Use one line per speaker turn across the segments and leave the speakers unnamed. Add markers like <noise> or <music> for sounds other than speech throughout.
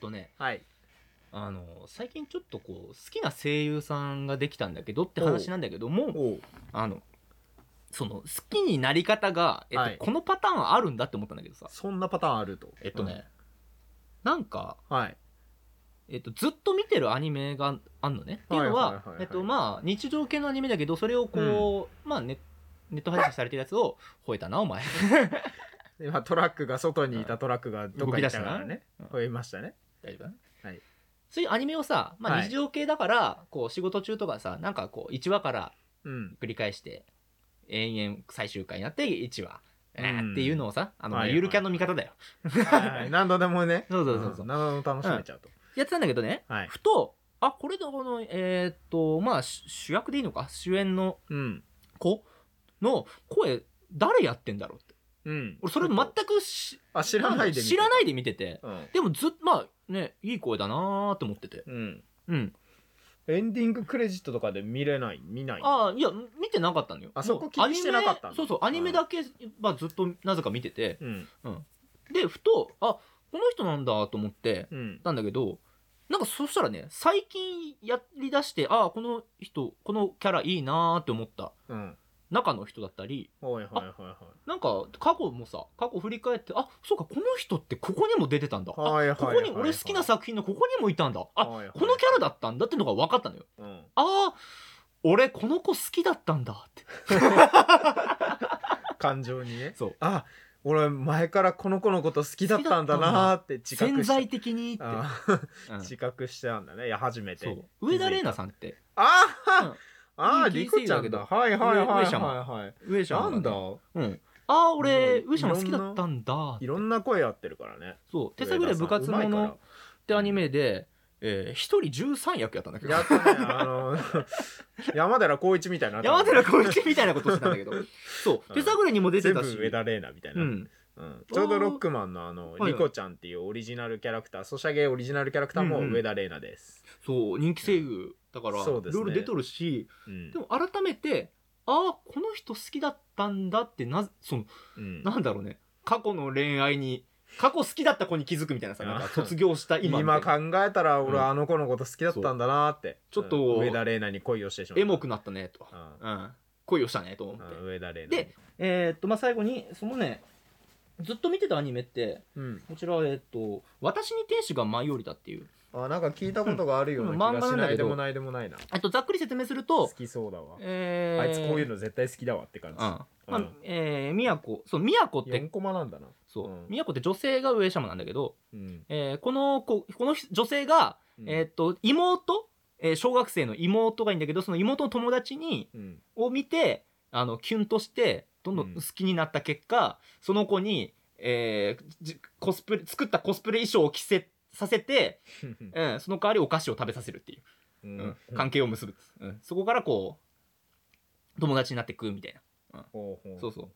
とね
はい
あの最近ちょっとこう好きな声優さんができたんだけどって話なんだけども
おう
あのその好きになり方が、えっと
はい
このパターンあるんだって思ったんだけどさ
そんなパターンあると
えっとね、、なんか、
うんはい
えっと、ずっと見てるアニメがあんのねっていうの
はいはい
は
はいはい
えっとまあ日常系のアニメだけどそれをこう、まあネネット配信されてるやつを吠えたなお
<laughs>
前
今トラックが外にいたトラックがどっか行ったから
動
ね
き出したなうん
増えましたね
大丈夫
はい
そういうアニメをさ、まあ、
はい
日常系だから、こう仕事中とかさなんかこう1話から <laughs>
うん
繰り返して延々最終回になって1話、えー
うん
っていうのをさあの、まあ
はいはい
ゆるキャンの味方だよ、
はいはい何度でもね
そうそうそうそうん
何度でも楽しめちゃうと
やってたんだけどね
はい
ふとあこれのこのえーっとまあ主主役でいいのか主演の
うん
子の声誰やってんだろうって
うん
俺それ全くし
あ知らないで見てた
知らないで見てて
うん
でもずっまあねいい声だなーって思ってて
うん
うん
エンディングクレジットとかで見れない見ない
ああいや見てなかったのよ
あそこ
もう
気にしてなかった
アニ
んだ
メそうそうアニメだけ、まあ、ずっとなぜか見てて
うん
でふとあこの人なんだと思って
うん
たんだけどなんかそしたらね最近やりだしてああこの人このキャラいいなーって思った
うん
中の人だったり
はいはいはいはい
なんか過去もさ過去振り返ってあそうかこの人ってここにも出てたんだあ
はいはい
こ
はい
こに俺好きな作品のここにもいたんだあ
はいはい
このキャラだったんだってのが分かったのよ
うん
ああ俺この子好きだったんだって
<laughs> 感情にね
そう
あ俺前からこの子のこと好きだったんだなーって自覚
潜
した
在的にって、
あ
う
ー
ん
<laughs> 自覚してたんだねいや初めて
そう上田玲奈さんって
あー、
うん
あー
いい
リコちゃんだはいはいはいはいは
上
い
社
なんだ
うんああ俺
うん
上社も好きだったんだ
いろんな声合ってるからね
そう手探りで部活
上田さんうま
者
い
っ
か
てアニメで、えー、1人13役やったんだけ
ら
ど
やったねあの <laughs> 山寺宏一みたいになってる
山寺宏一みたいなことしてたんだ
<laughs>
けどそう手探りにも出て
全部
たし
上田玲奈みたいうな、
ん、
うんちょうどロックマンのあの
はいはい
リコちゃんっていうオリジナルキャラクターソシャゲオリジナルキャラクターも
うんうん
上田玲奈です、
そう人気声優だからい
そ
ろ
うで
い
すね
ろ出とるし
うん
でも改めてああこの人好きだったんだってなその
うん
なんだろうね過去の恋愛に過去好きだった子に気づくみたいなさ
<laughs>
なんか卒業した今
今
みたいな
考えたら俺
うん
あの子のこと好きだったんだなーって、
ちょっと
うん上田玲奈に恋をしてしまった
エモくなったねと、
う
うん、恋をしたねと思って
ん、うん上田玲奈
で、えーっとまあ、最後にそのねずっと見てたアニメって
うん、
こちら、えーっと「私に天使が舞い降りた」っていう、
あなんか聞いたことがあるような気がしないでもないでもないな
えっと、ざっくり説明する
好
と、
きそうだわ、
えー、
あいつこういう
の、
の絶対好きだわって感
うん
じ、
まあ
うん
えー、宮子そう宮子って
4コマなんだな
そう、
うん
宮子って女性が上様なんだけど、
うん、
えーこの子この女性が、えーっと妹、えー小学生の妹がいいんだけどその妹の友達に
うん
を見てあのキュンとしてどんどん好きになった結果、その子に、えーじコスプレ作ったコスプレ衣装を着せさせて、うん、その代わりお菓子を食べさせるっていう、
う
うんん
うん
関係を結ぶ、うんそこからこう友達になってくみたいな
ほうほう
そうそう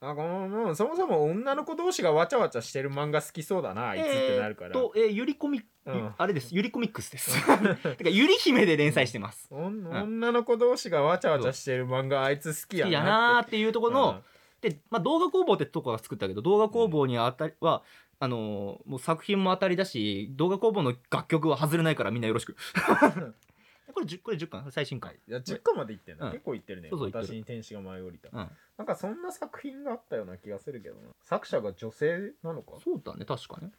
あこのもうそもそも女の子同士がわちゃわちゃしてる漫画好きそうだなあいつってなるか
え
ら、
ーと、えーゆりコミ、
うん
あれですゆりコミックスです
<laughs>
てかゆり姫で連載してます、
おん女の子同士がわちゃわちゃしてる漫画あいつ好きや
好きや
な
なー
って
っていうところの、で、まあ、動画工房ってとこが作ったけど動画工房にあたりは、あのーもう作品も当たりだし動画工房の楽曲は外れないからみんなよろしく <laughs> これ10これ10巻最新巻、
いや10個までいってんだ、
うん
結構いってるね
そうそういってる
私に天使が舞い降りた、
うん、
なんかそんな作品があったような気がするけどな作者が女性なのか
そうだね確かね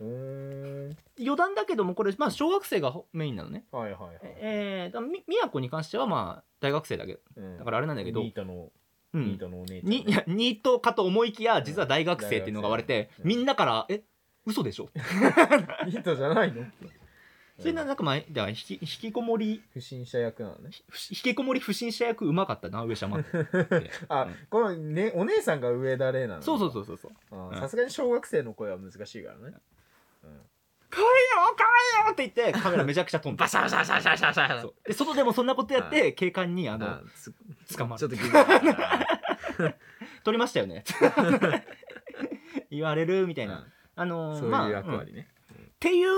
うーん
余談だけどもこれ、まあ、小学生がメインなのね
はいはいはい、
ええー、だからみ宮子に関してはまあ大学生だけど
うん
だからあれなんだけど
ニートの、
う
ニー
ん
トのお姉ちゃんね、
にいやニートかと思いきや実は大学生っていうのが割れて、
うん
みんなから「え嘘でしょ?
ニートじゃないの」
それななんかまあだから引き引きこもり
不審者役なのね
ふし引きこもり不審者役うまかったな上様って
あ、
うん
このねお姉さんが上田玲奈なの
そうそうそうそうそう
あ
う
ー
ん
さすがに小学生の声は難しいからね、う
か
ん
わいいよかわいいよって言ってカメラめちゃくちゃ飛んでバシャバシャバシャバシャバシャそうで外でもそんなことやって警官にあの
あつ
捕ま
ちょ
る
っと気になるな
撮りましたよね言われるみたいな、あ
うん
のー
そう
まあ
いう
う
役
んっ
割ね、
ていう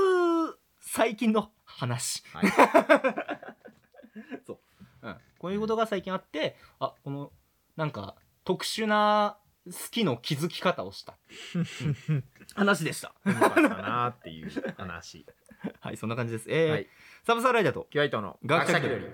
最近の話
はい
うんこういうことが最近あってあこのなんか特殊な好きの気づき方をした話でした。
うまかったなーっていう話。
はい、そんな感じです。えー
はい
サブサーライダーと。
キュアイトの
学者気取り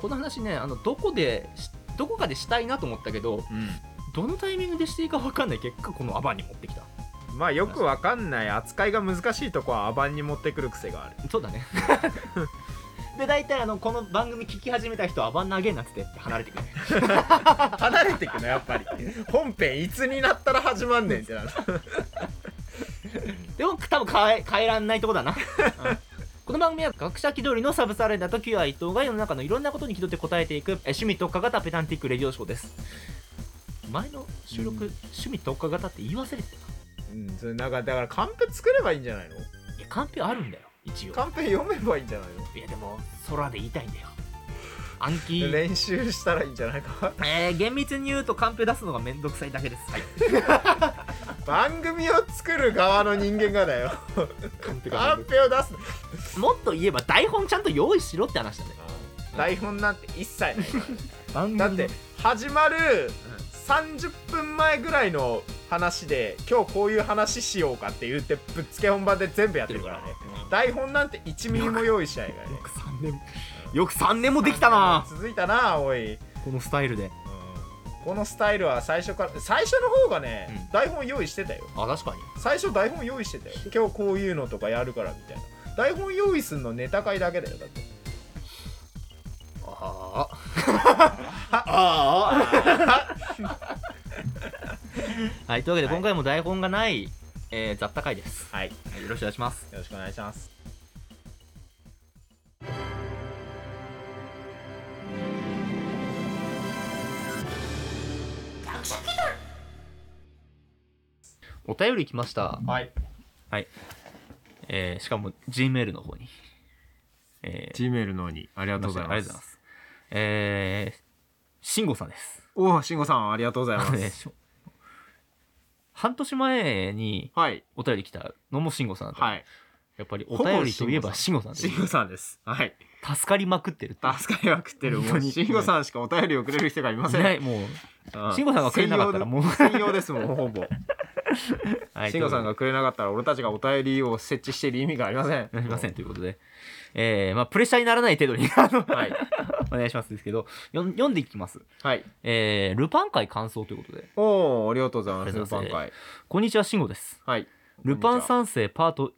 この話ね、あのどこでしどこかでしたいなと思ったけど、どのタイミングでしていいか分かんない結果このアバンに持ってきた。
うん、まあよくわかんない扱いが難しいとこはアバンに持ってくる癖がある。
そうだね。 <laughs> で大体あのこの番組聞き始めた人はアバン投げになっててって離れてくる。
離れてくのやっぱり。本編いつになったら始まんねんってなる。
でも多分変え変えらんないとこ <laughs> だな、この番組は学者気取りのサブサーライダーとキュア伊藤が世の中のいろんなことに気取って答えていくえ趣味特化型ペダンティックレディオショーです前の収録、
うん
趣味特化型って言い忘れてた
うん、それなんかだからカンペ作ればいいんじゃないの
いやカンペあるんだよ一応
カンペ読めばいいんじゃないの
いやでも空で言いたいんだよ暗記、
練習したらいいんじゃないか
えー厳密に言うとカンペ出すのがめんどくさいだけですはい
番組を作る側の人間がだよ
カンペ
カ
が
ンペを出す
もっと言えば台本ちゃんと用意しろって話だね
台本なんて一切ないから
番
だって始まる30分前ぐらいの話で今日こういう話しようかって言ってぶっつけ本番で全部やってるからね台本なんて1ミリも用意しないからね
よく3年よく3年もできたな
続いたなおい、うん
このスタイルで
このスタイルは最初から最初の方がね、
うん
台本用意してたよ
あ確かに
最初台本用意してたよ今日こういうのとかやるからみたいな台本用意すんのネタ会だけだよだって
ああああはいというわけで今回も台本がない、えー雑多会です、
はいよ
はい、よろしくお願いします
ろしくお願いします
お便り来ました、
はい
えーしかも G メールの方にえー
G メールの方にありがとうござい
あ
ま
りが
す
とうございますえー慎吾さんです
おお慎吾さんありがとうござい
あ
ま
のね
す
しょ <laughs> 半年前に
はい
お便り来たのも慎吾さんだった、
はい
やっぱりお便りといえば慎吾さんです
慎吾さんですはい
助かりまくってるっていう
助かりまくってるも
本
う
当に
慎吾さんしかお便りをくれる人がいません
ねもう
う
慎吾さんがくれなかったらもう
専用専用です
<laughs>
もんほぼ
はい
慎吾さんがくれなかったら俺たちがお便りを設置している意味がありませ
<laughs>
ん
なりませんということで、えーまあ、プレッシャーにならない程度に <laughs> あの
はい
お願いしますですけどよん読んでいきます、
はい
えールパン界感想ということで
おおありがとうございま
あ
す
りが
ル
とう
パ
ござ
ン
いま
会
こんにちは慎吾です
はい
ルパン
ん
三世パート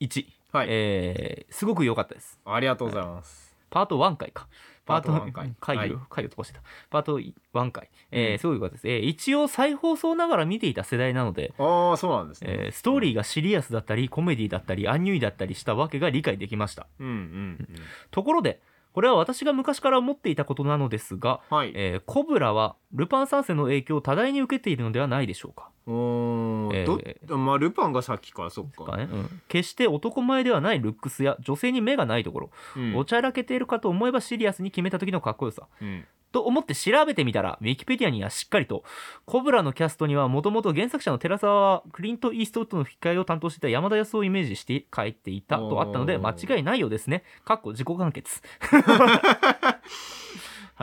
1、
はい
えーすごく良かったです
ありがとうございます
パート1回か
パート1
パー
回
ト回を
は
回を飛ばしてたパート1回、えーすごく良かったです、えー一応再放送ながら見ていた世代なので
ああそうなんですね
えーストーリーがシリアスだったりコメディだったりアンニュイだったりしたわけが理解できました
うんうんうん
ところでこれは私が昔から思っていたことなのですが、
はい
えーコブラはルパン三世の影響を多大に受けているのではないでしょうか
おー
えー
どまあルパンがさっきからそっ
か
か
ねうん決して男前ではないルックスや女性に目がないところ、
うん
おちゃらけているかと思えばシリアスに決めた時のかっこよさ
うん
と思って調べてみたらウィキペディアにはしっかりとコブラのキャストにはもともと原作者の寺澤クリント・イーストウッドの吹き替えを担当していた山田康夫をイメージして書いていたとあったので
お
間
ー
違いないようですねかっこ自己
<laughs>
完結は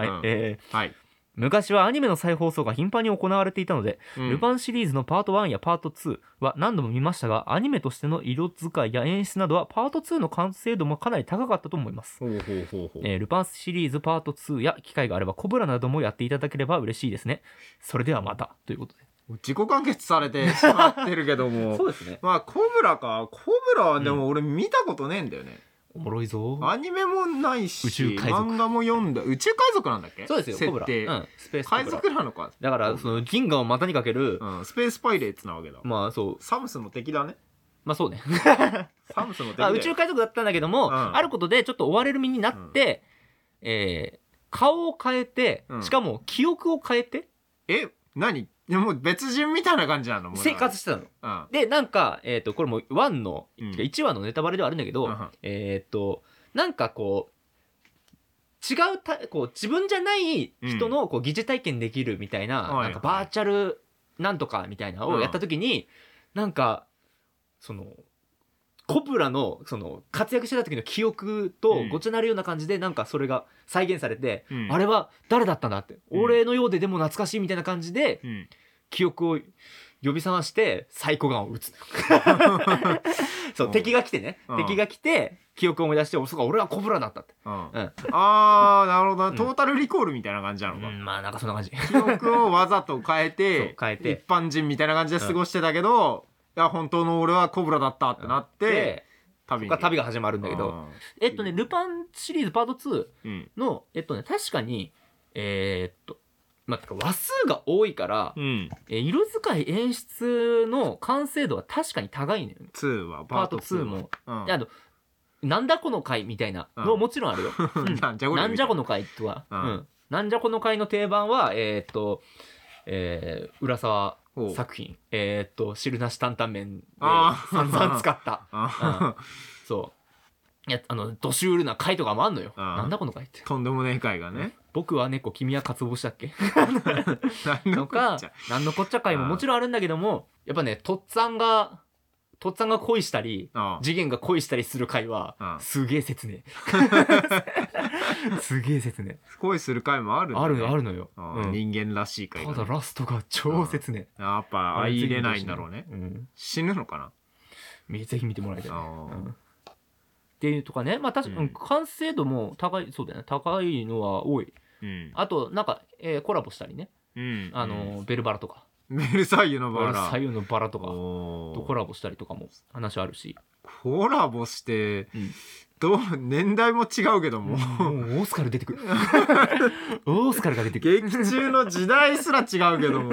い、
うん
えー
はい
昔はアニメの再放送が頻繁に行われていたので、ル
ン
パンシリーズのパート1やパート2は何度も見ましたがアニメとしての色使いや演出などはパート2の完成度もかなり高かったと思います
ほうほうほうほう
えールパンシリーズパート2や機会があればコブラなどもやっていただければ嬉しいですね。それではまたということで。
自己完結されてしまってるけども
<laughs> うですね。
まあコブラかコブラはでも俺見たことねえんだよね、
おもろいぞ。
アニメもないし
宇宙海賊
漫画も読んだ宇宙海賊なんだっけ
そうですよ、コ
設
ブラ。
定、
うん、スペースコ
海
ブラ。
賊なのか、
だから、その銀河を股にかける、
うん、スペースパイレーツなわけだ、
まあそう、
サムスの敵だね
まあそうね。
サムスの敵だ
あ
よ
宇宙海賊だったんだけども、
うん
あることでちょっと追われる身になって、えー顔を変えて、
うん
しかも記憶を変えて
え何いやもう別人みたいな感じなのもう
生活してたの。
うん
で、なんか、えっ、と、これも1の、
うん
1話のネタバレではあるんだけど、
うん
えっ、と、なんかこう、違うた、こう、自分じゃない人のこう疑似体験できるみたいな、
はい
なんかバーチャルなんとかみたいなのをやった時に、なんか、その、コブラのその活躍してた時の記憶と
うん
ごっちゃになるような感じでなんかそれが再現されて、
うん
あれは誰だったんだって、
うん
俺のようででも懐かしいみたいな感じで
うん
記憶を呼び覚ましてサイコガンを
<laughs>
撃つそう、
うん
敵が来てね、
うん
敵が来て記憶を思い出しておそうか俺はコブラだったって、
うん
うん
あーなるほど
うん
なトータルリコールみたいな感じなのか、
まあなんかそんな感じ
記憶をわざと変えて
<laughs> そう変えて
一般人みたいな感じで過ごしてたけど、いや本当の俺はコブラだったってなって、
で
旅に
が旅が始まるんだけど、えっとね「ルパン」シリーズパート2
うんうん
のえっとね確かにえーっとまあ、てか話数が多いから、
うん、
えー色使い演出の完成度は確かに高いのよね
2は
パート2も、
うん
いやあのなんだこの回みたいなの
うん
もちろん
<laughs>
あるよ、うん
なんじゃこりゃ
なんじゃこの回とは、う
うんん
なんじゃこの回の定番はえーっとえー浦沢
ほう
作品えーっと汁なし担々麺で
あー
散々使った
<laughs> あ
そういやあのドシュールな回とかもあんのよ
うん
なんだこの回って
とんでもねえ回がね
僕は猫君はかつぼしたっ
<laughs>
け
何
の
のこ
か
っちゃ
なんのこっちゃ回ももちろんあるんだけどもやっぱねとっつぁんがとっつぁんが恋したり
あ
次元が恋したりする回は
うん
すげえ説明
<laughs>
すげえ説明
恋する回もあるんだね
あるあるのよ、
あ
うん
人間らしい回
た
が
だ
ね
ラストが超説明
やっぱ相入れないんだろうね
うん
死ぬのかな
ぜひ見てもらいたいね、
あ
う
ー
んっていうとかねまあ確か
う
に
ん
完成度も高いそうだよね高いのは多い
うん
あとなんか、えーコラボしたりね
うん
あのー、ベルバラとか
うんベルサイユの
俺
バ
左
ラ
右のバラとかと
コ
コラボしたりとかも話あるし
コラボして
うん
どう年代も違うけども
もうオスカル出
<laughs>
てくるオスカルが出てくる
劇中の時代すら違うけど <laughs> も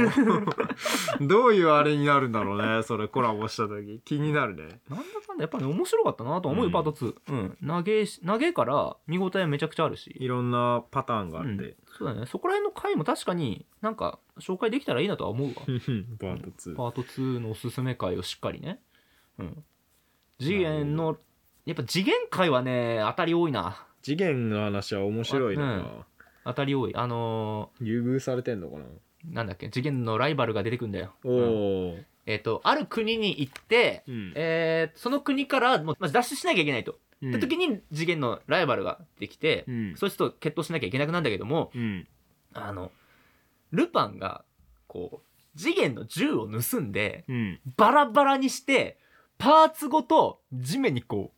どういうあれになるんだろうねそれコラボした時気になるね
なんだかんだやっぱり面白かったなと思うよ
うん
パート2うん長えし長えから見応えめちゃくちゃあるし
いろんなパターンがあっ
うん
て、
そうだねそこら辺の回も確かになんか紹介できたらいいなとは思うわ
パート2
パート2のおすすめ回をしっかりねうん次元のやっぱ次元回はね当たり多いな
次元の話は面白いな、
当たり多いあの
優遇されてんのかな
ーなんだっけ次元のライバルが出てくんだよ
お
うん
お、
えっ、と、ある国に行って、
うん
えーその国からもうまず脱出しなきゃいけないと。
う
って時に次元のライバルができて、
うん
そいつと決闘しなきゃいけなくなるんだけども、
うん
あの、ルパンが、こう、次元の銃を盗んで、
うん
バラバラにして、パーツごと地面にこ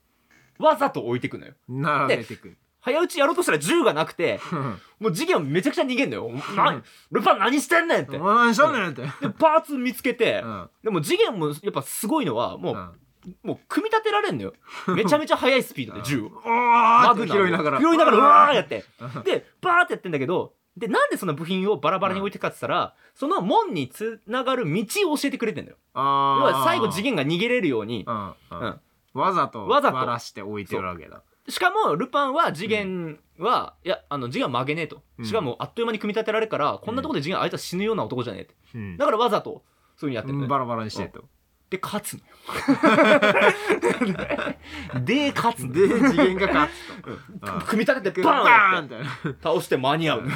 う、わざと置いていくのよ。
並べてくる
早打ちやろうとしたら銃がなくて、もう次元めちゃくちゃ逃げんのよ。なルパン何してんねんって。
お
で、
前何しとんねんってう
パーツ見つけて、
ん
でも次元もやっぱすごいのは、もう、
うん
もう組み立てられんのよめちゃめちゃ速いスピードで
<laughs>
銃を
おー
マ
っ
グ
て
ナム
拾いながら
拾いながらうわーや
っ
ってでバーってやってんだけどでなんでその部品をバラバラに置いてるかって言ったらその門につながる道を教えてくれてんだよ要
あ
は
ー
最後次元が逃げれるように
うんう
うん
んわざと
わ
わ
ざ
ざ
と
とバラして置いてるわけだ
しかもルパンは次元は、いやあの次元は曲げねえと
うん
しかもあっという間に組み立てられるから、こんなところで次元あいつは死ぬような男じゃねえって
うん
だからわざとそういうふうにやってるのね
バラバラにしてと
で勝つのよで勝つの
<laughs> で
よ
次元が勝つとうん
組み立ててバーンや
バ
って
ーンみたいな
倒して間に合う <laughs>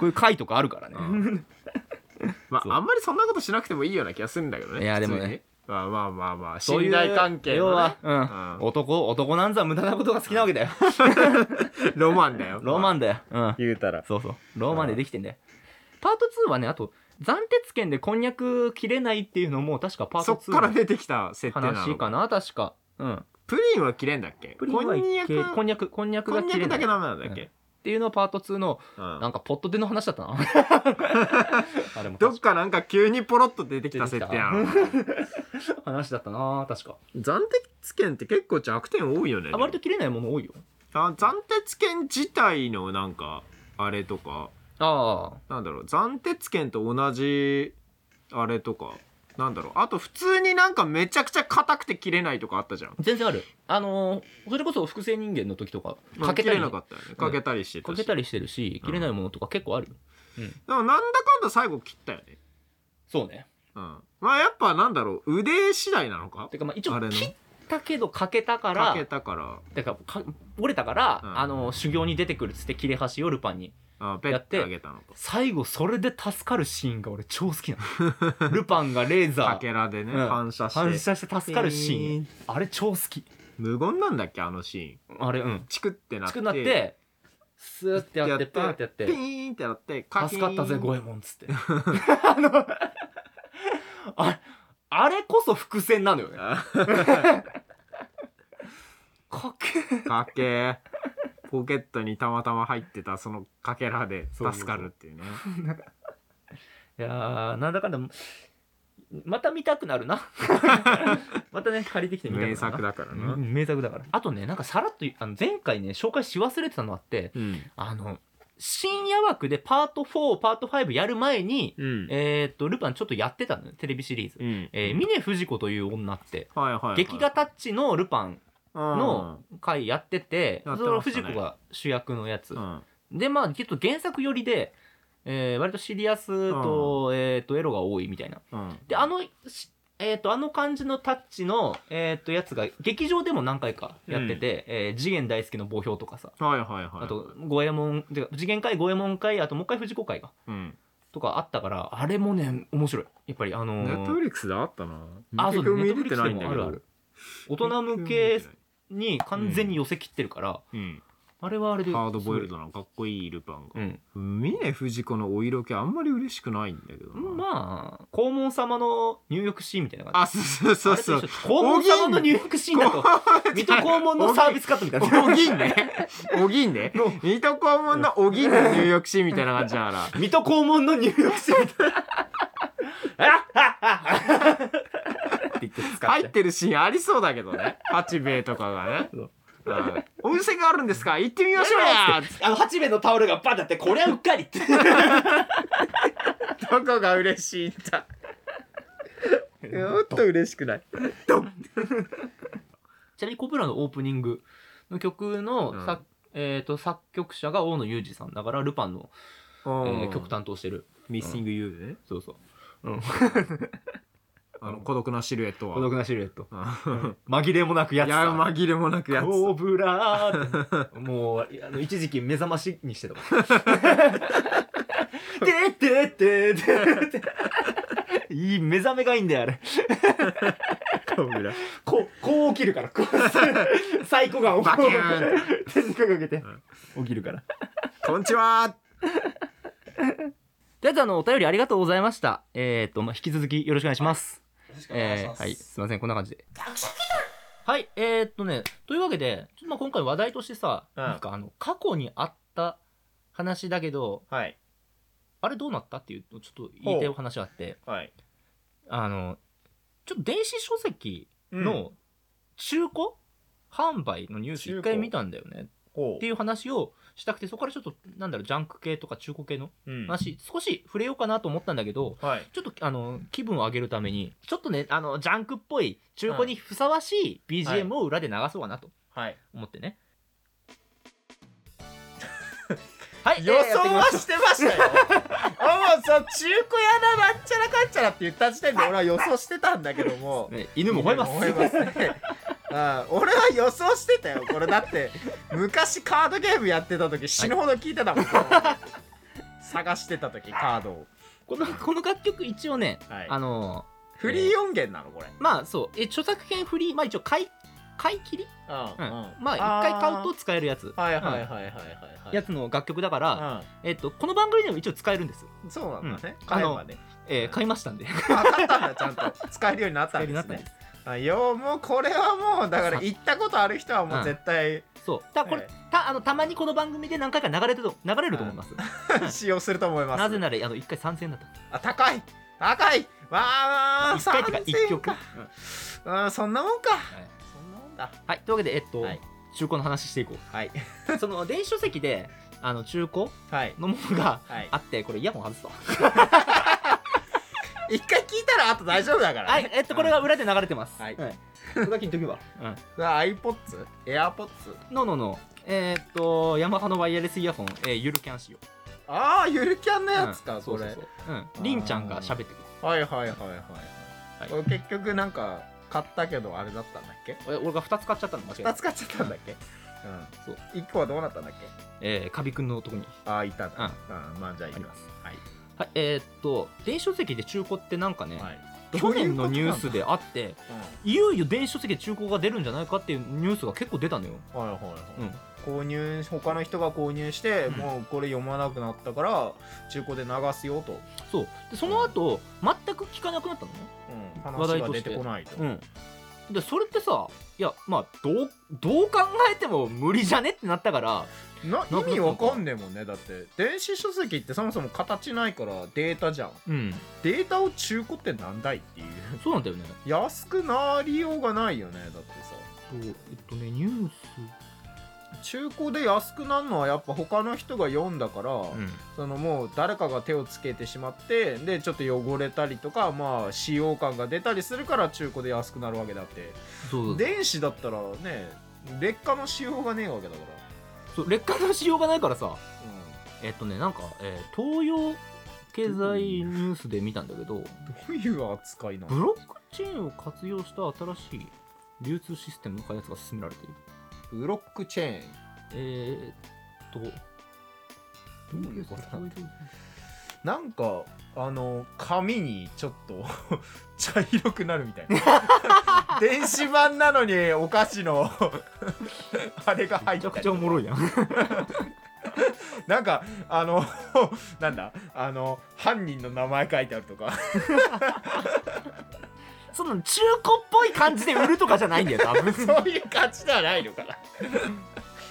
こういう回とかあるからね、
ま
そう
ああんまりそんなことしなくてもいいような気がするんだけどね
いやでもね
普通にまあまあまあまあ
そういう
信頼関係
要
のね
は、うん
うん
男男なんざ無駄なことが好きなわけだよ
ロマンだよ
ロマ
ン
ンだよ、うん、
言うたら
そうそうロマンでできてんだよパート2はねあと斬鉄剣でこんにゃく切れないっていうのも確かパー
そ
ト
っから
2の
出てきた設定な
話
の
かな確かうん
プリンは切れんだっけ
プリンは
こんにゃく
こんにゃくこんにゃくが
こんに
切
ゃ
れない
くだけ
っ
ダメなんだっけ
ていうのはパート2の
うん
なんかポットでの話だった
<laughs>
なあれも
どっかなんか急にポロッと出てきた設定なの
話だったな確か
暫鉄剣って結構弱点多いよね
あ割と切れないもの多いよ
あ暫鉄剣自体のなんかあれとか
ああ
なんだろう暫鉄剣と同じあれとかなんだろうあと普通になんかめちゃくちゃ硬くて切れないとかあったじゃん
全然あるあのーそれこそ複製人間の時とか
まあ
かけたり
切れなか
か
ったよねかけたりしてたし、
けたりしてるし
うん
切れないものとか結構あるよ
でもなんだかんだ最後切ったよね
そうね
うんまあやっぱなんだろう腕次第なのか
てかまあ一応
あれの
切ったけど欠けたか
からけたから
だからか折れたから、
うん
あの修行に出てくるっつって切れ端をルパンに
あペ
や
ッ
って
てあげたのか
最後それで助かるシーンが俺超好きな
<laughs>
のルパンがレー
か
ザー
けらでね、
うん
反射して
反射して助かるシーンあれ超好き
無言なんだっけあのシーン
あれうん
チクってなって
チクになってスーってやってパーってやって
ピーンってなって
助かったぜ五
ご
右衛門っつって <laughs> あのあれあれこそ伏線な
<laughs>
のよねかけ
かけポケットにたまたま入ってたそのかけらで
そうそうそう
助かるっていうね
いやーなんだかんだまた見たくなるな
<laughs>
またね借りてきて見たくなる
名
な
作だからな、う
う
ん
ん名作だからあとねなんかさらっとあの前回ね紹介し忘れてたのあってあの深夜枠でパート4パート5やる前に、
うん
えーっとルパンちょっとやってたのよテレビシリーズ、
うん
えー峰不二子という女って、
はいはいはい、
劇画タッチのルパンの回やってて、
うん
それは藤子が主役のやつ、
うん、うん
でまあきっと原作寄りで、えー割とシリアスと,、えーっとエロが多いみたいな
うん
であのしえー、とあの感じのタッチの、えー、とやつが劇場でも何回かやってて、えー次元大好きの墓標とかさ、
はいはいはい
あと五右衛門てか次元会五右衛門会あともう一回藤子会が
うん
とかあったからあれもね面白いやっぱりあの
ネ
ー
ットフリックスであったな
あそう
見れてないんだけ
ネットフリックスでもある
ど
ある大人向けに完全に寄せ切ってるから、
うん
あれはあれで
ハードボイルドなかっこいいルパン
う
が
ん、
峰不二子のお色気あんまり嬉しくないんだけどな
まあ黄門様の入浴シーンみたいな感じ
あそうそうそうそう
黄門様の入浴シーンだと水戸黄門のサービスカットみたいな
<laughs> おぎんね <laughs> おぎんね
の
水戸黄門のおぎんの入浴シーンみたいな感じだから
水戸黄門の入浴シーンあっはっはっはって言って使って
入ってるシーンありそうだけどね八兵衛とかがね
そう
うんお店があるんですか行ってみましょうや
あの八兵衛のタオルがバンだってこれはうっかりって
どこが嬉しいんだもっと嬉しくない
ちなみにコブラのオープニングの曲の
うん
作,、えー、と作曲者が大野裕二さんだからルパンの、えー曲担当してる
ミッシングユーね
そうそう、うん、
あの孤独なシルエットは
孤独なシルエット
うん
紛れもなくや
い
つ
や
さ
紛れもなくやつ
コブラーってもうあの一時期目覚ましにしてたもんてってってってっていい目覚めがいいんだよあれ
コブラ
こうこう起きるから <laughs> こうサイコガンをこ
バキューン
う手にかけて起きるから
こんにちは
とりあえずあのお便りありがとうございましたえっ、と、まあ、引き続きよろしくお願いしますえーはいすいませんこんな感じではいえー、っとねというわけでちょっとまあ今回話題としてさ、
うん
なんかあの過去にあった話だけど
はい
あれどうなったっていうのちょっと言いたいお話があって
はい
あのちょっと電子書籍
うん
の中古、販売のニュース
中古
一回見たんだよね
ほ
って
う
いう話をしたくてそこからちょっとなんだろうジャンク系とか中古系の
うん
話、少し触れようかなと思ったんだけど
はい
ちょっとあの気分を上げるためにちょっとねあのジャンクっぽい中古にふさわしい BGM を裏で流そうかなと
はい
思って <laughs> ね。はい、
予想は
えーやっていきましょう
してましたよあもうそう中古屋だなんちゃらかんちゃらって言った時点で俺は予想してたんだけども
ね犬も吠えます。
思いますねああ俺は予想してたよこれだって昔カードゲームやってた時死ぬほど聞いて <laughs> たもん、探してた時カードを、
このこの楽曲一応ね、
はい
あの
フリー音源なのこれ、
まあそうえ著作権フリーまあ一応買い買い切り、
う
うん
んうん
まあ一回買うと使えるやつ
あーはいはいはいはいはいはい
やつの楽曲だから、
う
えっとこの番組でも一応使えるんです。
んそうなんだね、
うん
買えばね
えー買いましたんで。
分かったんだちゃんと使えるようになったんですねあいやもうこれはもうだから行ったことある人はもう絶対
そう。だからこれ、
はい
たあのたまにこの番組で何回か流れてると流れると思います。
<laughs> 使用すると思います
なぜならあの一回参戦だった。
あ高い高いわあ
一回ってか一曲。
うんそんなもんか
い
そんなもんだ
はい。というわけでえっと、
はい
中古の話していこ
はい。
う。そ <laughs> の電子書籍であの中古
はい。
のものが
はい
あ。ってこれイヤホン外すわ。
一回聞いたらあと大丈夫だから、
は
ね。
い。えっとこれが裏で流れてます。
はい
はい。これだけ言っとけ
<laughs>
ば。うん。
うわ。iPods? AirPods?
ののの。えーっとヤマハのワイヤレスイヤホン、えー、ゆるキャン仕様
ああ、ゆるキャンのやつか、
うん
これ
そうそうそううんりんちゃんが喋ってくる
はいはいはいはい。
はい
これ結局なんか、買ったけどあれだったんだっけ
え俺が2つ買っちゃったの間違え
2
た
つ買っちゃったんだっけ
そう
うん1個はどうなったんだっけ
えー、カビくんのとこに
ああいたんだうん、まあじゃあいきますはい、
はいえーっと電子書籍で中古ってなんかね、
はい、
去年のニュースであっていよいよ電子書籍で中古が出るんじゃないかっていうニュースが結構出たのよ、
うん、はいはいはい、
うん、
購入他の人が購入して、
うん
もうこれ読まなくなったから中古で流すよと、
そうでその後全く聞かなくなったのね話
話が
と
出
して
てこないと
うん、でそれってさいやまあどうどう考えても無理じゃねってなったから
な
な
意味わかんねえもんねだって電子書籍ってそもそも形ないからデータじゃん
うん
データを中古ってなんだいっていう
そうなんだよね
安くなりようがないよねだってさ
そうえっとねニュース
中古で安くなるのはやっぱ他の人が読んだから、
うん
そのもう誰かが手をつけてしまってでちょっと汚れたりとかまあ使用感が出たりするから中古で安くなるわけだって
そう
電子だったらね劣化のしようがねえわけだか
そう劣化のしようがないからさ
ら、
えっとねなんか、えー東洋経済ニュースで見たんだけど
どういう扱いな
ブ
の
ロックチェーンを活用した新しい流通システムの開発が進められている
ブロックチェーン
えー、っと
どういうことなんだなんかあの紙にちょっと <laughs> 茶色くなるみたい
<laughs>
な電子版なのにお菓子
<laughs>
のあれが入
め
っ
ちゃ
た
く
り
ちゃおもろいやん
なんかあのなんだあの犯人の名前書いてあるとか
<laughs> その中古っぽい感じで売るとかじゃないんだ <laughs> よ多分
<laughs> そういう感じではないのかな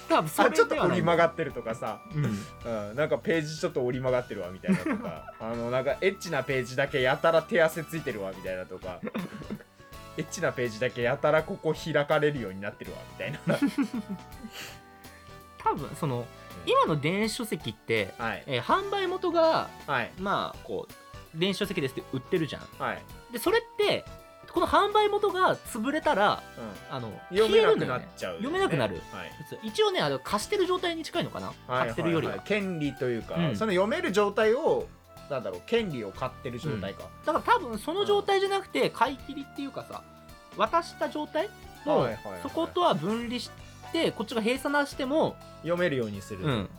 多分そ
あ
れ
ちょっと
では
折
ない
り曲がってるとかさ
うん
うん、なんかページちょっと折り曲がってるわみたいな
<laughs>
とかあのなんかエッチなページだけやたら手汗ついてるわみたいな
<laughs>
とかエッチなページだけやたらここ開かれるようになってるわみたいな
<laughs> 多分その今の電子書籍って、
はい
えー販売元が
はい
まあこう電子書籍ですって売ってるじゃん
はい、
でそれってこの販売元が潰れたら
う
あの
ん、読めなく
消えるの
な
よ
っ
ね
ちゃう、
消えるのよね読めなくなる
はい
一応ねあの貸してる状態に近いのかな、
はい
買ってるよりは,、
はいはい権利というか、
うん
その読める状態をなんだろう権利を買ってる状態か、
だから多分その状態じゃなくて買い切りっていうかさ渡した状態の、
はいはいはい
そことは分離してこっちが閉鎖なしても、
読めるようにする、
うん、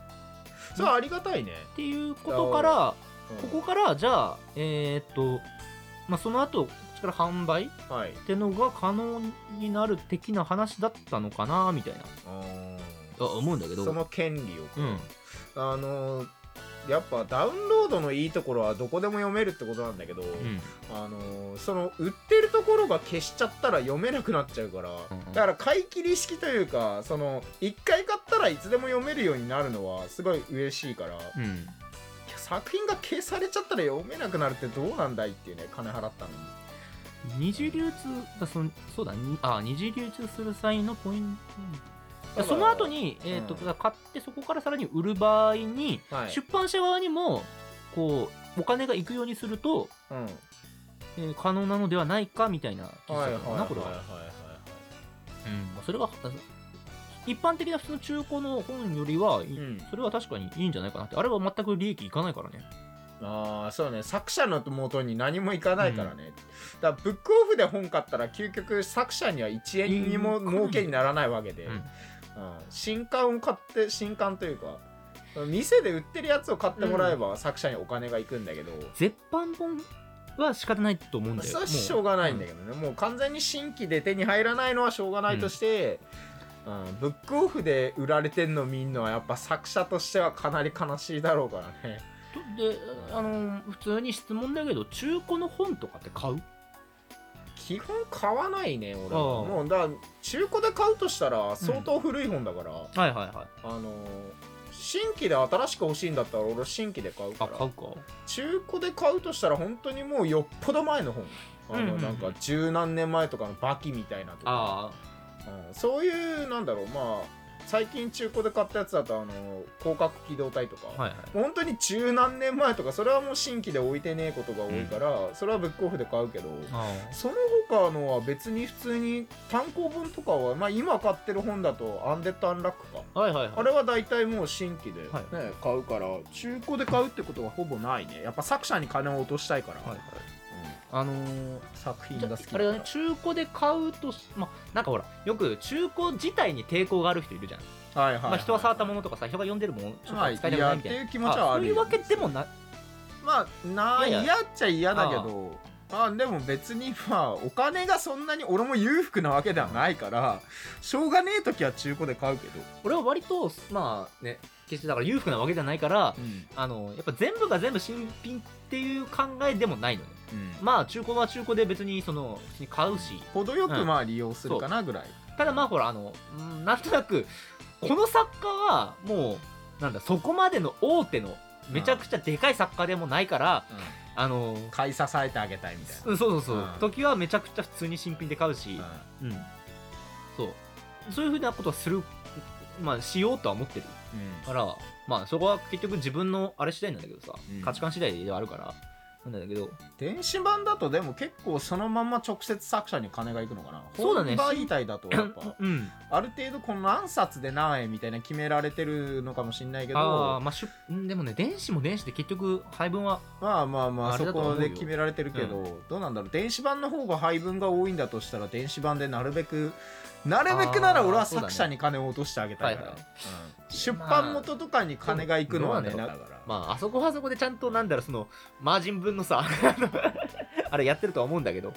それはありがたいね、
っていうことからここからじゃあえーっと、まあ、その後こっちから販売っ
こはい
てのが可能になる的な話だったのかなみたいなあ思うんだけど
その権利を
う
買うんあのーやっぱダウンロードのいいところはどこでも読めるってことなんだけど、
うん
あのーその売ってるところが消しちゃったら読めなくなっちゃうから、
うんうん
だから買い切り式というかその1回買ったらいつでも読めるようになるのはすごい嬉しいから、
うん
作品が消されちゃったら読めなくなるってどうなんだいっていうね金払ったのに
二次流通あそのそうだにあ二次流通する際のポイント
だか
そ
ら
の後に、えーと
うん
買ってそこからさらに売る場合に、
はい
出版社側にもこうお金が行くようにすると、
うん
えー可能なのではないかみたいな記事だ
はい
っ
はい
た
はい
のかな、
はい
これは、
は
うんまあ、それがあ一般的な普通の中古の本よりは、い
いうん
それは確かにいいんじゃないかなってあれは全く利益いかないからね
ああそうね作者の元に何もいかないからね、だからブックオフで本買ったら究極作者には1円にも儲けにならないわけで、
うん
うん新刊を買って新刊というか店で売ってるやつを買ってもらえば作者にお金がいくんだけど、
絶版本は仕方ないと思うんだよ
それはしょうがないんだけどね、もう完全に新規で手に入らないのはしょうがないとして、うんブックオフで売られてんの見んのはやっぱ作者としてはかなり悲しいだろうからね
であの普通に質問だけど中古の本とかって買う
基本買わないね俺は
ああ
もうだから中古で買うとしたら相当古い本だから、
はいはいはい
あのー新規で新しく欲しいんだったら俺新規で買うか
あ
ら
買うか
中古で買うとしたら本当にもうよっぽど前の本あ
うんうん
の
うん
なんか十何年前とかのバキみたいなとか、
あ
うんそういうなんだろうまあ最近中古で買ったやつだとあのー広角機動隊とか、
あはいはい
本当に十何年前とかそれはもう新規で置いてねえことが多いから、それはブックオフで買うけど、
あ
その他のは別に普通に単行本とかは、まあ、今買ってる本だと「アンデッド・アンラックか」
あはいはいはい
あれは大体もう新規で、ね
はい
買うから中古で買うってことはほぼないねやっぱ作者に金を落としたいから、
はいはい
うん
あのー
作品
じゃ
が好き
あれだね中古で買うとしまあなんかほらよく中古自体に抵抗がある人いるじゃん、
はいはい、
まあ、人が触ったものとかさ人が読んでるものちょっと使いたく
ま
ないみた
あいや
い
って
な
いう気持ちはあ
そう
る
いう
よ
わけでもな
まあない
や
い
い
嫌っちゃ嫌だけどまあでも別にまあお金がそんなに俺も裕福なわけではないからしょうがねえ時は中古で買うけど、
俺は割とまあね決してだから裕福なわけじゃないからあのやっぱ全部が全部新品っていう考えでもないのね
うん
まあ中古は中古で別にその普通に買うし
程よ
う
く
ん
まあ利用するかなぐらい、
ただまあほらあのうんなんとなくこの作家はもうなんだそこまでの大手のめちゃくちゃでかい作家でもないからあの
買い支えてあげたいみたい
うん、そうそうそう、
うん
時はめちゃくちゃ普通に新品で買うし、
な、
うんそうそういうふうなことはするまあしようとは思ってる
うん
からまあそこは結局自分のあれ次第なんだけどさ、
うん
価値観次第ではあるからなんだけど
電子版だとでも結構そのまんま直接作者に金がいくのかな
そうだね
本媒体だとやっぱ
うん
ある程度この何冊で何円みたいな決められてるのかもしんないけど
ああまあしゅうんでもね電子も電子で結局配分は
まあまあまあ
あれ
そ
だと思う
こ
よ
で決められてるけど、どうなんだろう電子版の方が配分が多いんだとしたら電子版でなるべくなるべくなら俺は作者に金を落としてあげたいから、
そうだね
うん出版元とかに金がいくのはね、
まあ
なだから、
まああそこはそこでちゃんとなんだろうそのマージン分のさ <laughs> あのあれやってるとは思うんだけどっ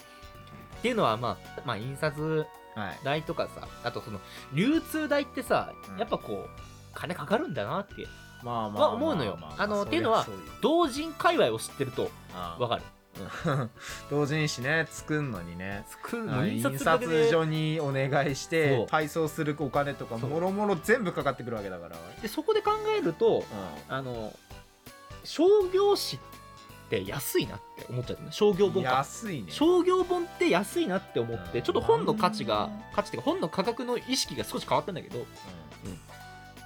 ていうのはまあまあ印刷
はい、
代とかさあとその流通代ってさ、
うん
やっぱこう金かかるんだなって
まあまあまあ
は思うのよあのっていうのは同人界隈を知ってるとわ
分
かる
る <laughs> 同人誌ね作んのにね
作る
は
の印
い印
刷だけ
刷
で
所にお願いし
そ
て
う
配送するお金とか
そう
もろもろ全部かかってくるわけだから、
でそこで考えるとあの商業誌って安いなって思っちゃったね商業
うん、
本化
安いね
商業本って安いなって思っ
う
て
ん
ちょっと本の価値が
うん
価値っていうか本の価格の意識が少し変わったんだけど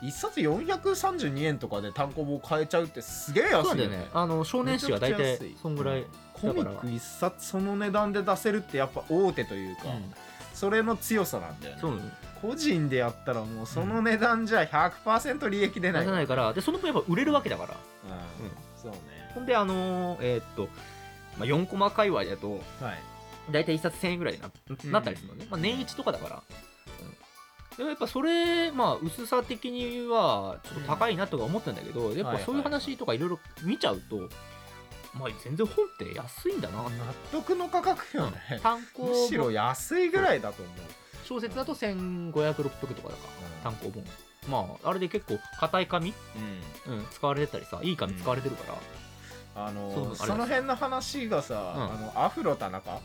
一冊432円とかで単行本買えちゃうってすげえ
そうなん
安い
だ
よ
よ
ね
ねあの少年誌は大体
めちゃくちゃ安い
そんぐらい、
コミック一冊その値段で出せるってやっぱ大手というか、
うん
それの強さなんだよね
そうなの
個人でやったらもうその値段じゃ100%利益出ない、
出ないからでその分やっぱ売れるわけだから
うんそうね
ほんで、あのーえーっと、まあ、4コマ界隈だと、
はい
大体1冊1000円ぐらいにな
うん
なったりするのね。まあ、年一とかだから。うんでもやっぱそれ、まあ、薄さ的にはちょっと高いなとか思ったんだけど、やっぱそういう話とかいろいろ見ちゃうと、まあ、全然本って安いんだな。
納得の価格よね
単
む
行
しろ
本
安いぐらいだと思う
小説だと1500、600とかだから、単行本。まあ、あれで結構硬い紙、
うん
うん、使われてたりさ、いい紙使われてるから、そう
あ
あ
の
れ
その辺の話がさ、あのアフロ田中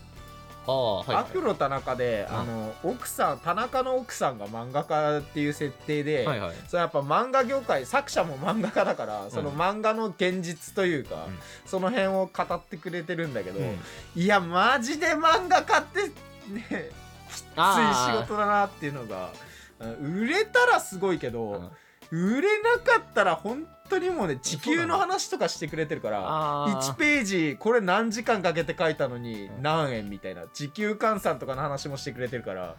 ああ、はい、
アフロ田中で、
うん
あの奥さん田中の奥さんが漫画家っていう設定で、
はいはい。
それやっぱ漫画業界作者も漫画家だから、その漫画の現実というか、
うん
その辺を語ってくれてるんだけど、
うん
いやマジで漫画家ってねきつい
あー
仕事だなっていうのがうん売れたらすごいけ
うん
ど、売れなかったら本当にもうね地球の話とかしてくれてるから。
あー
1ページこれ何時間かけて書いたのに
うん
何円みたいな時給換算とかの話もしてくれてるか
う
ら、
ん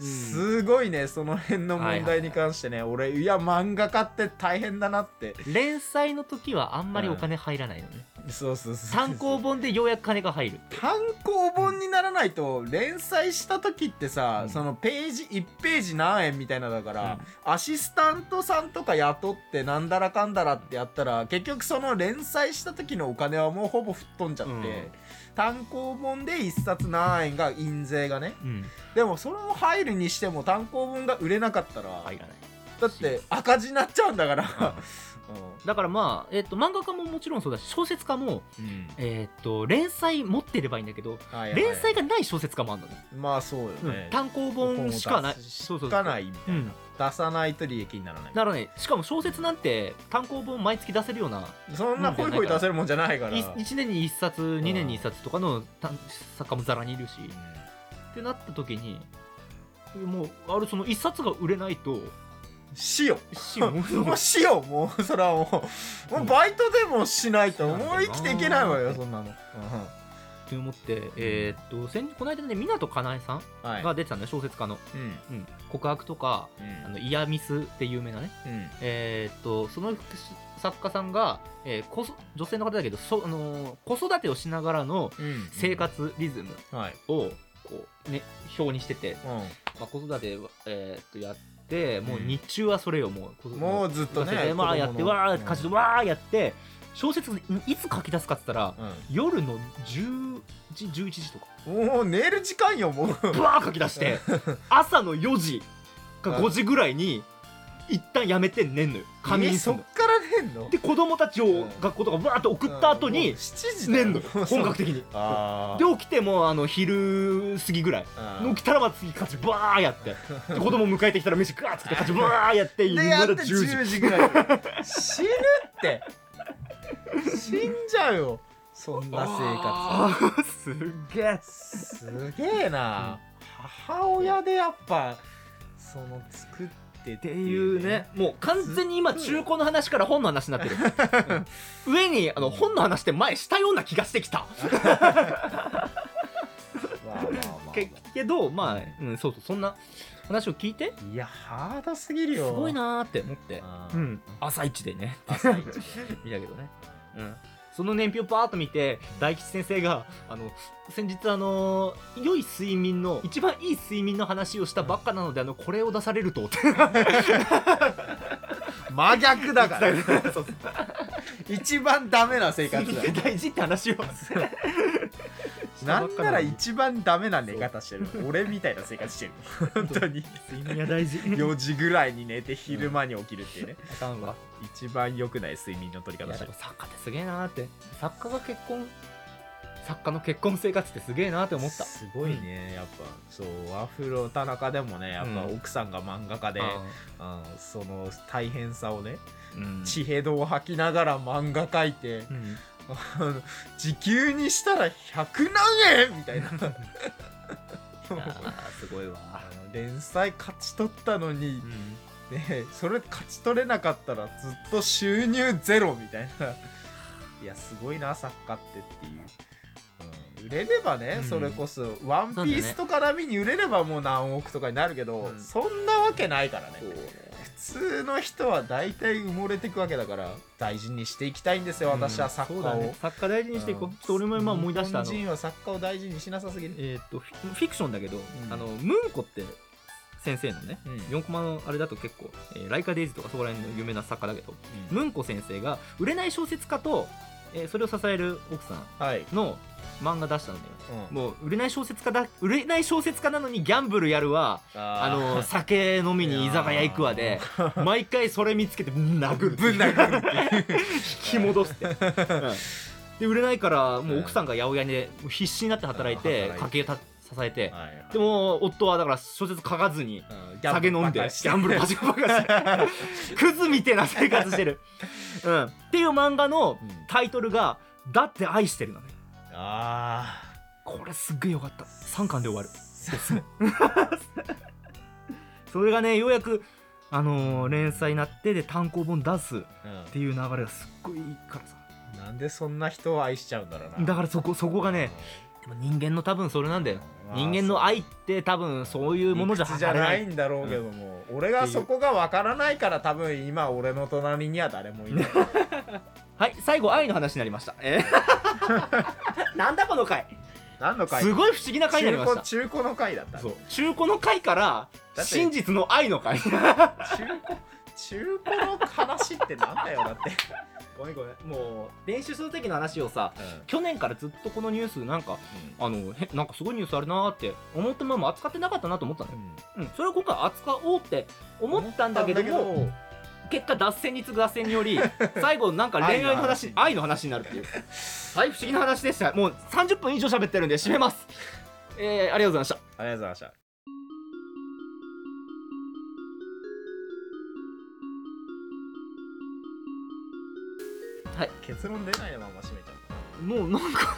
すごいねその辺の問題に関してね、俺いや漫画家って大変だなって
連載の時はあんまりお金入らないのね、
そうそうそう
単行本でようやく金が
<laughs>
入る
単行本にならないと連載した時ってさ、
うん
そのページ1ページ何円みたいなだから、
うん
アシスタントさんとか雇ってなんだらかんだらってやったら結局その連載した時のお金はもうほぼ吹っ飛んじゃって、
うん
単行本で1冊何円が印税がね
うん
でもそれも入るにしても単行本が売れなかったら、
入らない
だって赤字になっちゃうんだから、
だからまあ、えっと漫画家ももちろんそうだし小説家も、
<laughs> うん
えっと連載持ってればいいんだけど
はいはい
連載がない小説家もあるのね、
まあそうよね、
うん単行本しかない
本を出す
そうそう
しかないみたいな、
うん
出さないと利益にならない
だからねしかも小説なんて単行本毎月出せるような
そんなホイホイ出せるもんじゃないから、
1年に1冊2年に1冊とかの単作家もざらにいるし、ってなった時にもうあれその1冊が売れないと
しよ
死ぬ
うもうしようもうそれはもうもうバイトでもしないと
うん
もう生きていけないわ
う
よ
ん
<laughs> そんなの、うん
に思って、えーっと先この間ね湊かなえさん
はい
が出てたんだよ小説家の、
うん
うん、告白とか
うん
あのイヤミスって有名なね
うん
えーっとその作家さんが、えーこそ女性の方だけどそ、あのー子育てをしながらの
うん
生活リズム
はい
をこう、ね、表にしてて、
う
まあ、子育て、えーっとやってもう
うん
日中はそれをもう、
んもうずっと
忘れ
ね
てまあやってわーって歌詞で
うん
わーやって小説いつ書き出すかって言ったら夜の10時11時
<laughs>
とか
うんもう寝る時間よもう
ブワー書き出して朝の4時か5時ぐらいに一旦やめて寝んのよ仮眠すん
そっ
の
から寝んの
で子供たち
う
を
ん
学校とかブワーって送った後
うんもう
に
7時だ
寝
よ
んの
<laughs>
よ本格的に
あ
で起きてもうあの昼過ぎぐらい
あ
起きたらまた次家事バーやっ
<laughs>
てで子供迎えてきたら飯ガーッつって家事バーやって
で
ま
や
だ
って
10時
10時ぐらい死ぬって死んじゃうよそんな生
あーすげえ
活すげえな、母親でやっぱその作ってっ
っていうねもう完全に今中古の話から本の話になって
<laughs>
る、うん上にあの本の話って前したような気がしてきた
まあまあまあ
けけどまあ、うん、そうそうそんな話を聞いて
いやハードすぎる
す
よ
ごいなーって思って、
う
うんん、朝一でね
朝一で
見たけどね、うん、その年表をパーッと見て大吉先生があの先日あのー良い睡眠の一番いい睡眠の話をしたばっかなのであのこれを出されるとって
真逆 <laughs>
<laughs>
だから
そう
一番ダメな生活
睡
だ
眠って大事って話を
<laughs> なんなら一番ダメな寝方してる俺みたいな生活してる本当に
睡眠は大事
4時ぐらいに寝て昼間に起きるっていうね、
あかんわ
一番良くない睡眠の取り
い
方
や
して
で
る
も作家ってすげえなーって作家が結婚作家の結婚生活ってすげえなーって思った
すごいねやっぱそうワフル田中でもねやっぱ
うん
奥さんが漫画家で、あーその大変さをね
うん
地平道を吐きながら漫画描いて <laughs>
う、ん
あの時給にしたら100何円みたいな
いやーすごいわ
<laughs> あの連載勝ち取ったのに
う、ん
ね、それ勝ち取れなかったらずっと収入ゼロみたいないやすごいな作家ってっていう、うん、売れればね、
うん
それこそ「ワン
そ
ピ
うだね
ースとか並みに売れればもう何億とかになるけど、
うん
そんなわけないからね
そうね
普通の人は大体埋もれていくわけだから大事にしていきたいんですよ私は作家
そうだ
を、
ね作家大事にしていこう、ちょっと俺も今思い出したあ
日
の
本人は作家を大事にしなさすぎる、
えーっとフィフィクションだけど、
ん
あのムンコって先生のね
うん
4コマのあれだと結構「えーライカ・デイズ」とかそこら辺の有名な作家だけどムンコ先生が売れない小説家と、えーそれを支える奥さん
はい、
の漫画出したんだよ
うん
もう売れない小説家だ売れない小説家なのにギャンブルやるわあ
あ
の酒飲みに居酒屋行くわで毎回それ見つけて
<laughs>
うん殴る
ぶん殴る
<laughs>
っていう
引き戻 <laughs> すって、で売れないからもう奥さんが八百屋でもう必死になって働いて
うん
家計た支えて
はいはい
でも夫はだから小説書かずに
うん
酒飲んでギャンブルバ
ばっかりして
カバカして <laughs> クズみてえな生活してる、うん、っていう漫画のタイトルが「だって愛してる」のね
あ
これすっげえよかった
あ
3巻で終わる
る
それがねようやくあのー連載になってで単行本出すっていう流れがすっごいいいからさ
なんでそんな人を愛しちゃうんだろうな
だからそこそこがねでも人間の多分それなんだよ人間の愛って多分そういうものじゃ
理屈じゃないんだろうけども、俺がそこがわからないから多分今俺の隣には誰もいない
はい最後愛の話になりましたえー <laughs> なんだこの回
何の回
すごい不思議な回になりま
中
した
古中古の回だった
そう中古の回から
だって
真実の愛の回
中古中古の話ってなんだよだって、
ごめんごめんもう <laughs> 練習する時の話をさ去年からずっとこのニュースなんかあのへなんかすごいニュースあるなーって思ったまま扱ってなかったなと思ったのよ、うん、それを今回扱おうって思ったんだけども
思ったんだ
結果脱線に次ぐ脱線によ <laughs> り最後なんか恋愛の話愛の話になるっていうはい不思議な話でしたもう30分以上喋ってるんで締めますえー、ありがとうございました
けどありがとうございました
はい
結論出ないまま締めちゃった
もうなん <laughs> か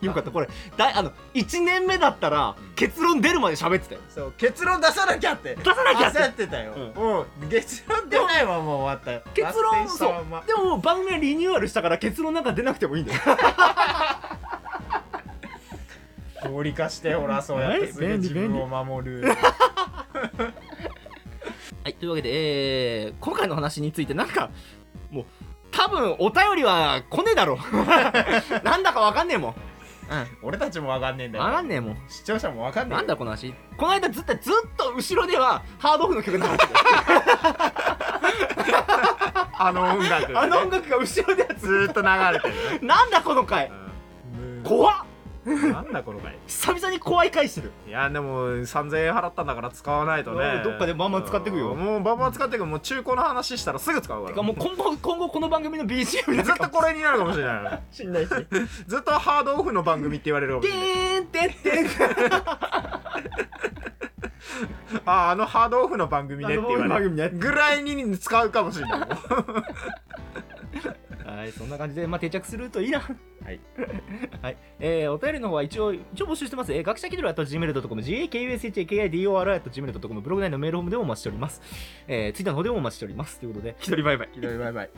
よかったこれだいあの1年目だったら結論出るまで喋ってたよ
そう結論出さなきゃって
出さなきゃって
焦ってたよ、
う
うん、結論出ないまま終わったよ
結論
脱線したまんま
でももう番組はリニューアルしたから結論なんか出なくてもいいんだよ
合理化してほらそうやってすぐ自分を守
<laughs>
る
はい、というわけで、えー今回の話についてなんかもう多分お便りは来ねえだろ <laughs> なんだかわかんねえもん、う
俺たちもわかんねえん
ん、
だ
わか
よ
んねえもん
視聴者もわかんねえ
なんだこの話この間ずっとずっと後ろではハードオフの曲流れ <laughs> て
あの音楽、ね、
るあの音楽が後ろでは
ず
ず
ーっと流れてる、ね
なんだこの回
<laughs>
うん、
怖っ
なんだこの回
久々に怖い回して <laughs> る
いやでも3000円払ったんだから使わないとね
うんどっかでバンバン使ってくよ
うんもうバンバン使ってくよもう中古の話したらすぐ使うか
て
ら
かもう今後今後この番組の BGM にな
ずっ
るか
と
も
これになるかもしれないね
しんないし
ずっとハードオフの番組って言われるか
デ
もしれない
ーンってってん
あああのハードオフの番組ねって言われる
ね
ぐらいに使うかもしれない
<laughs> はいそんな感じで、まあ、定着するといいなはい <laughs> はいえーお便りの方は一応一応募集してます、えー、学者気取り .gmail.com gakushakidor.gmail.com ブログ内のメールホームでもお待ちしております、えー、ツイッターの方でもお待ちしておりますということで
一人バイバイ一人バイバイ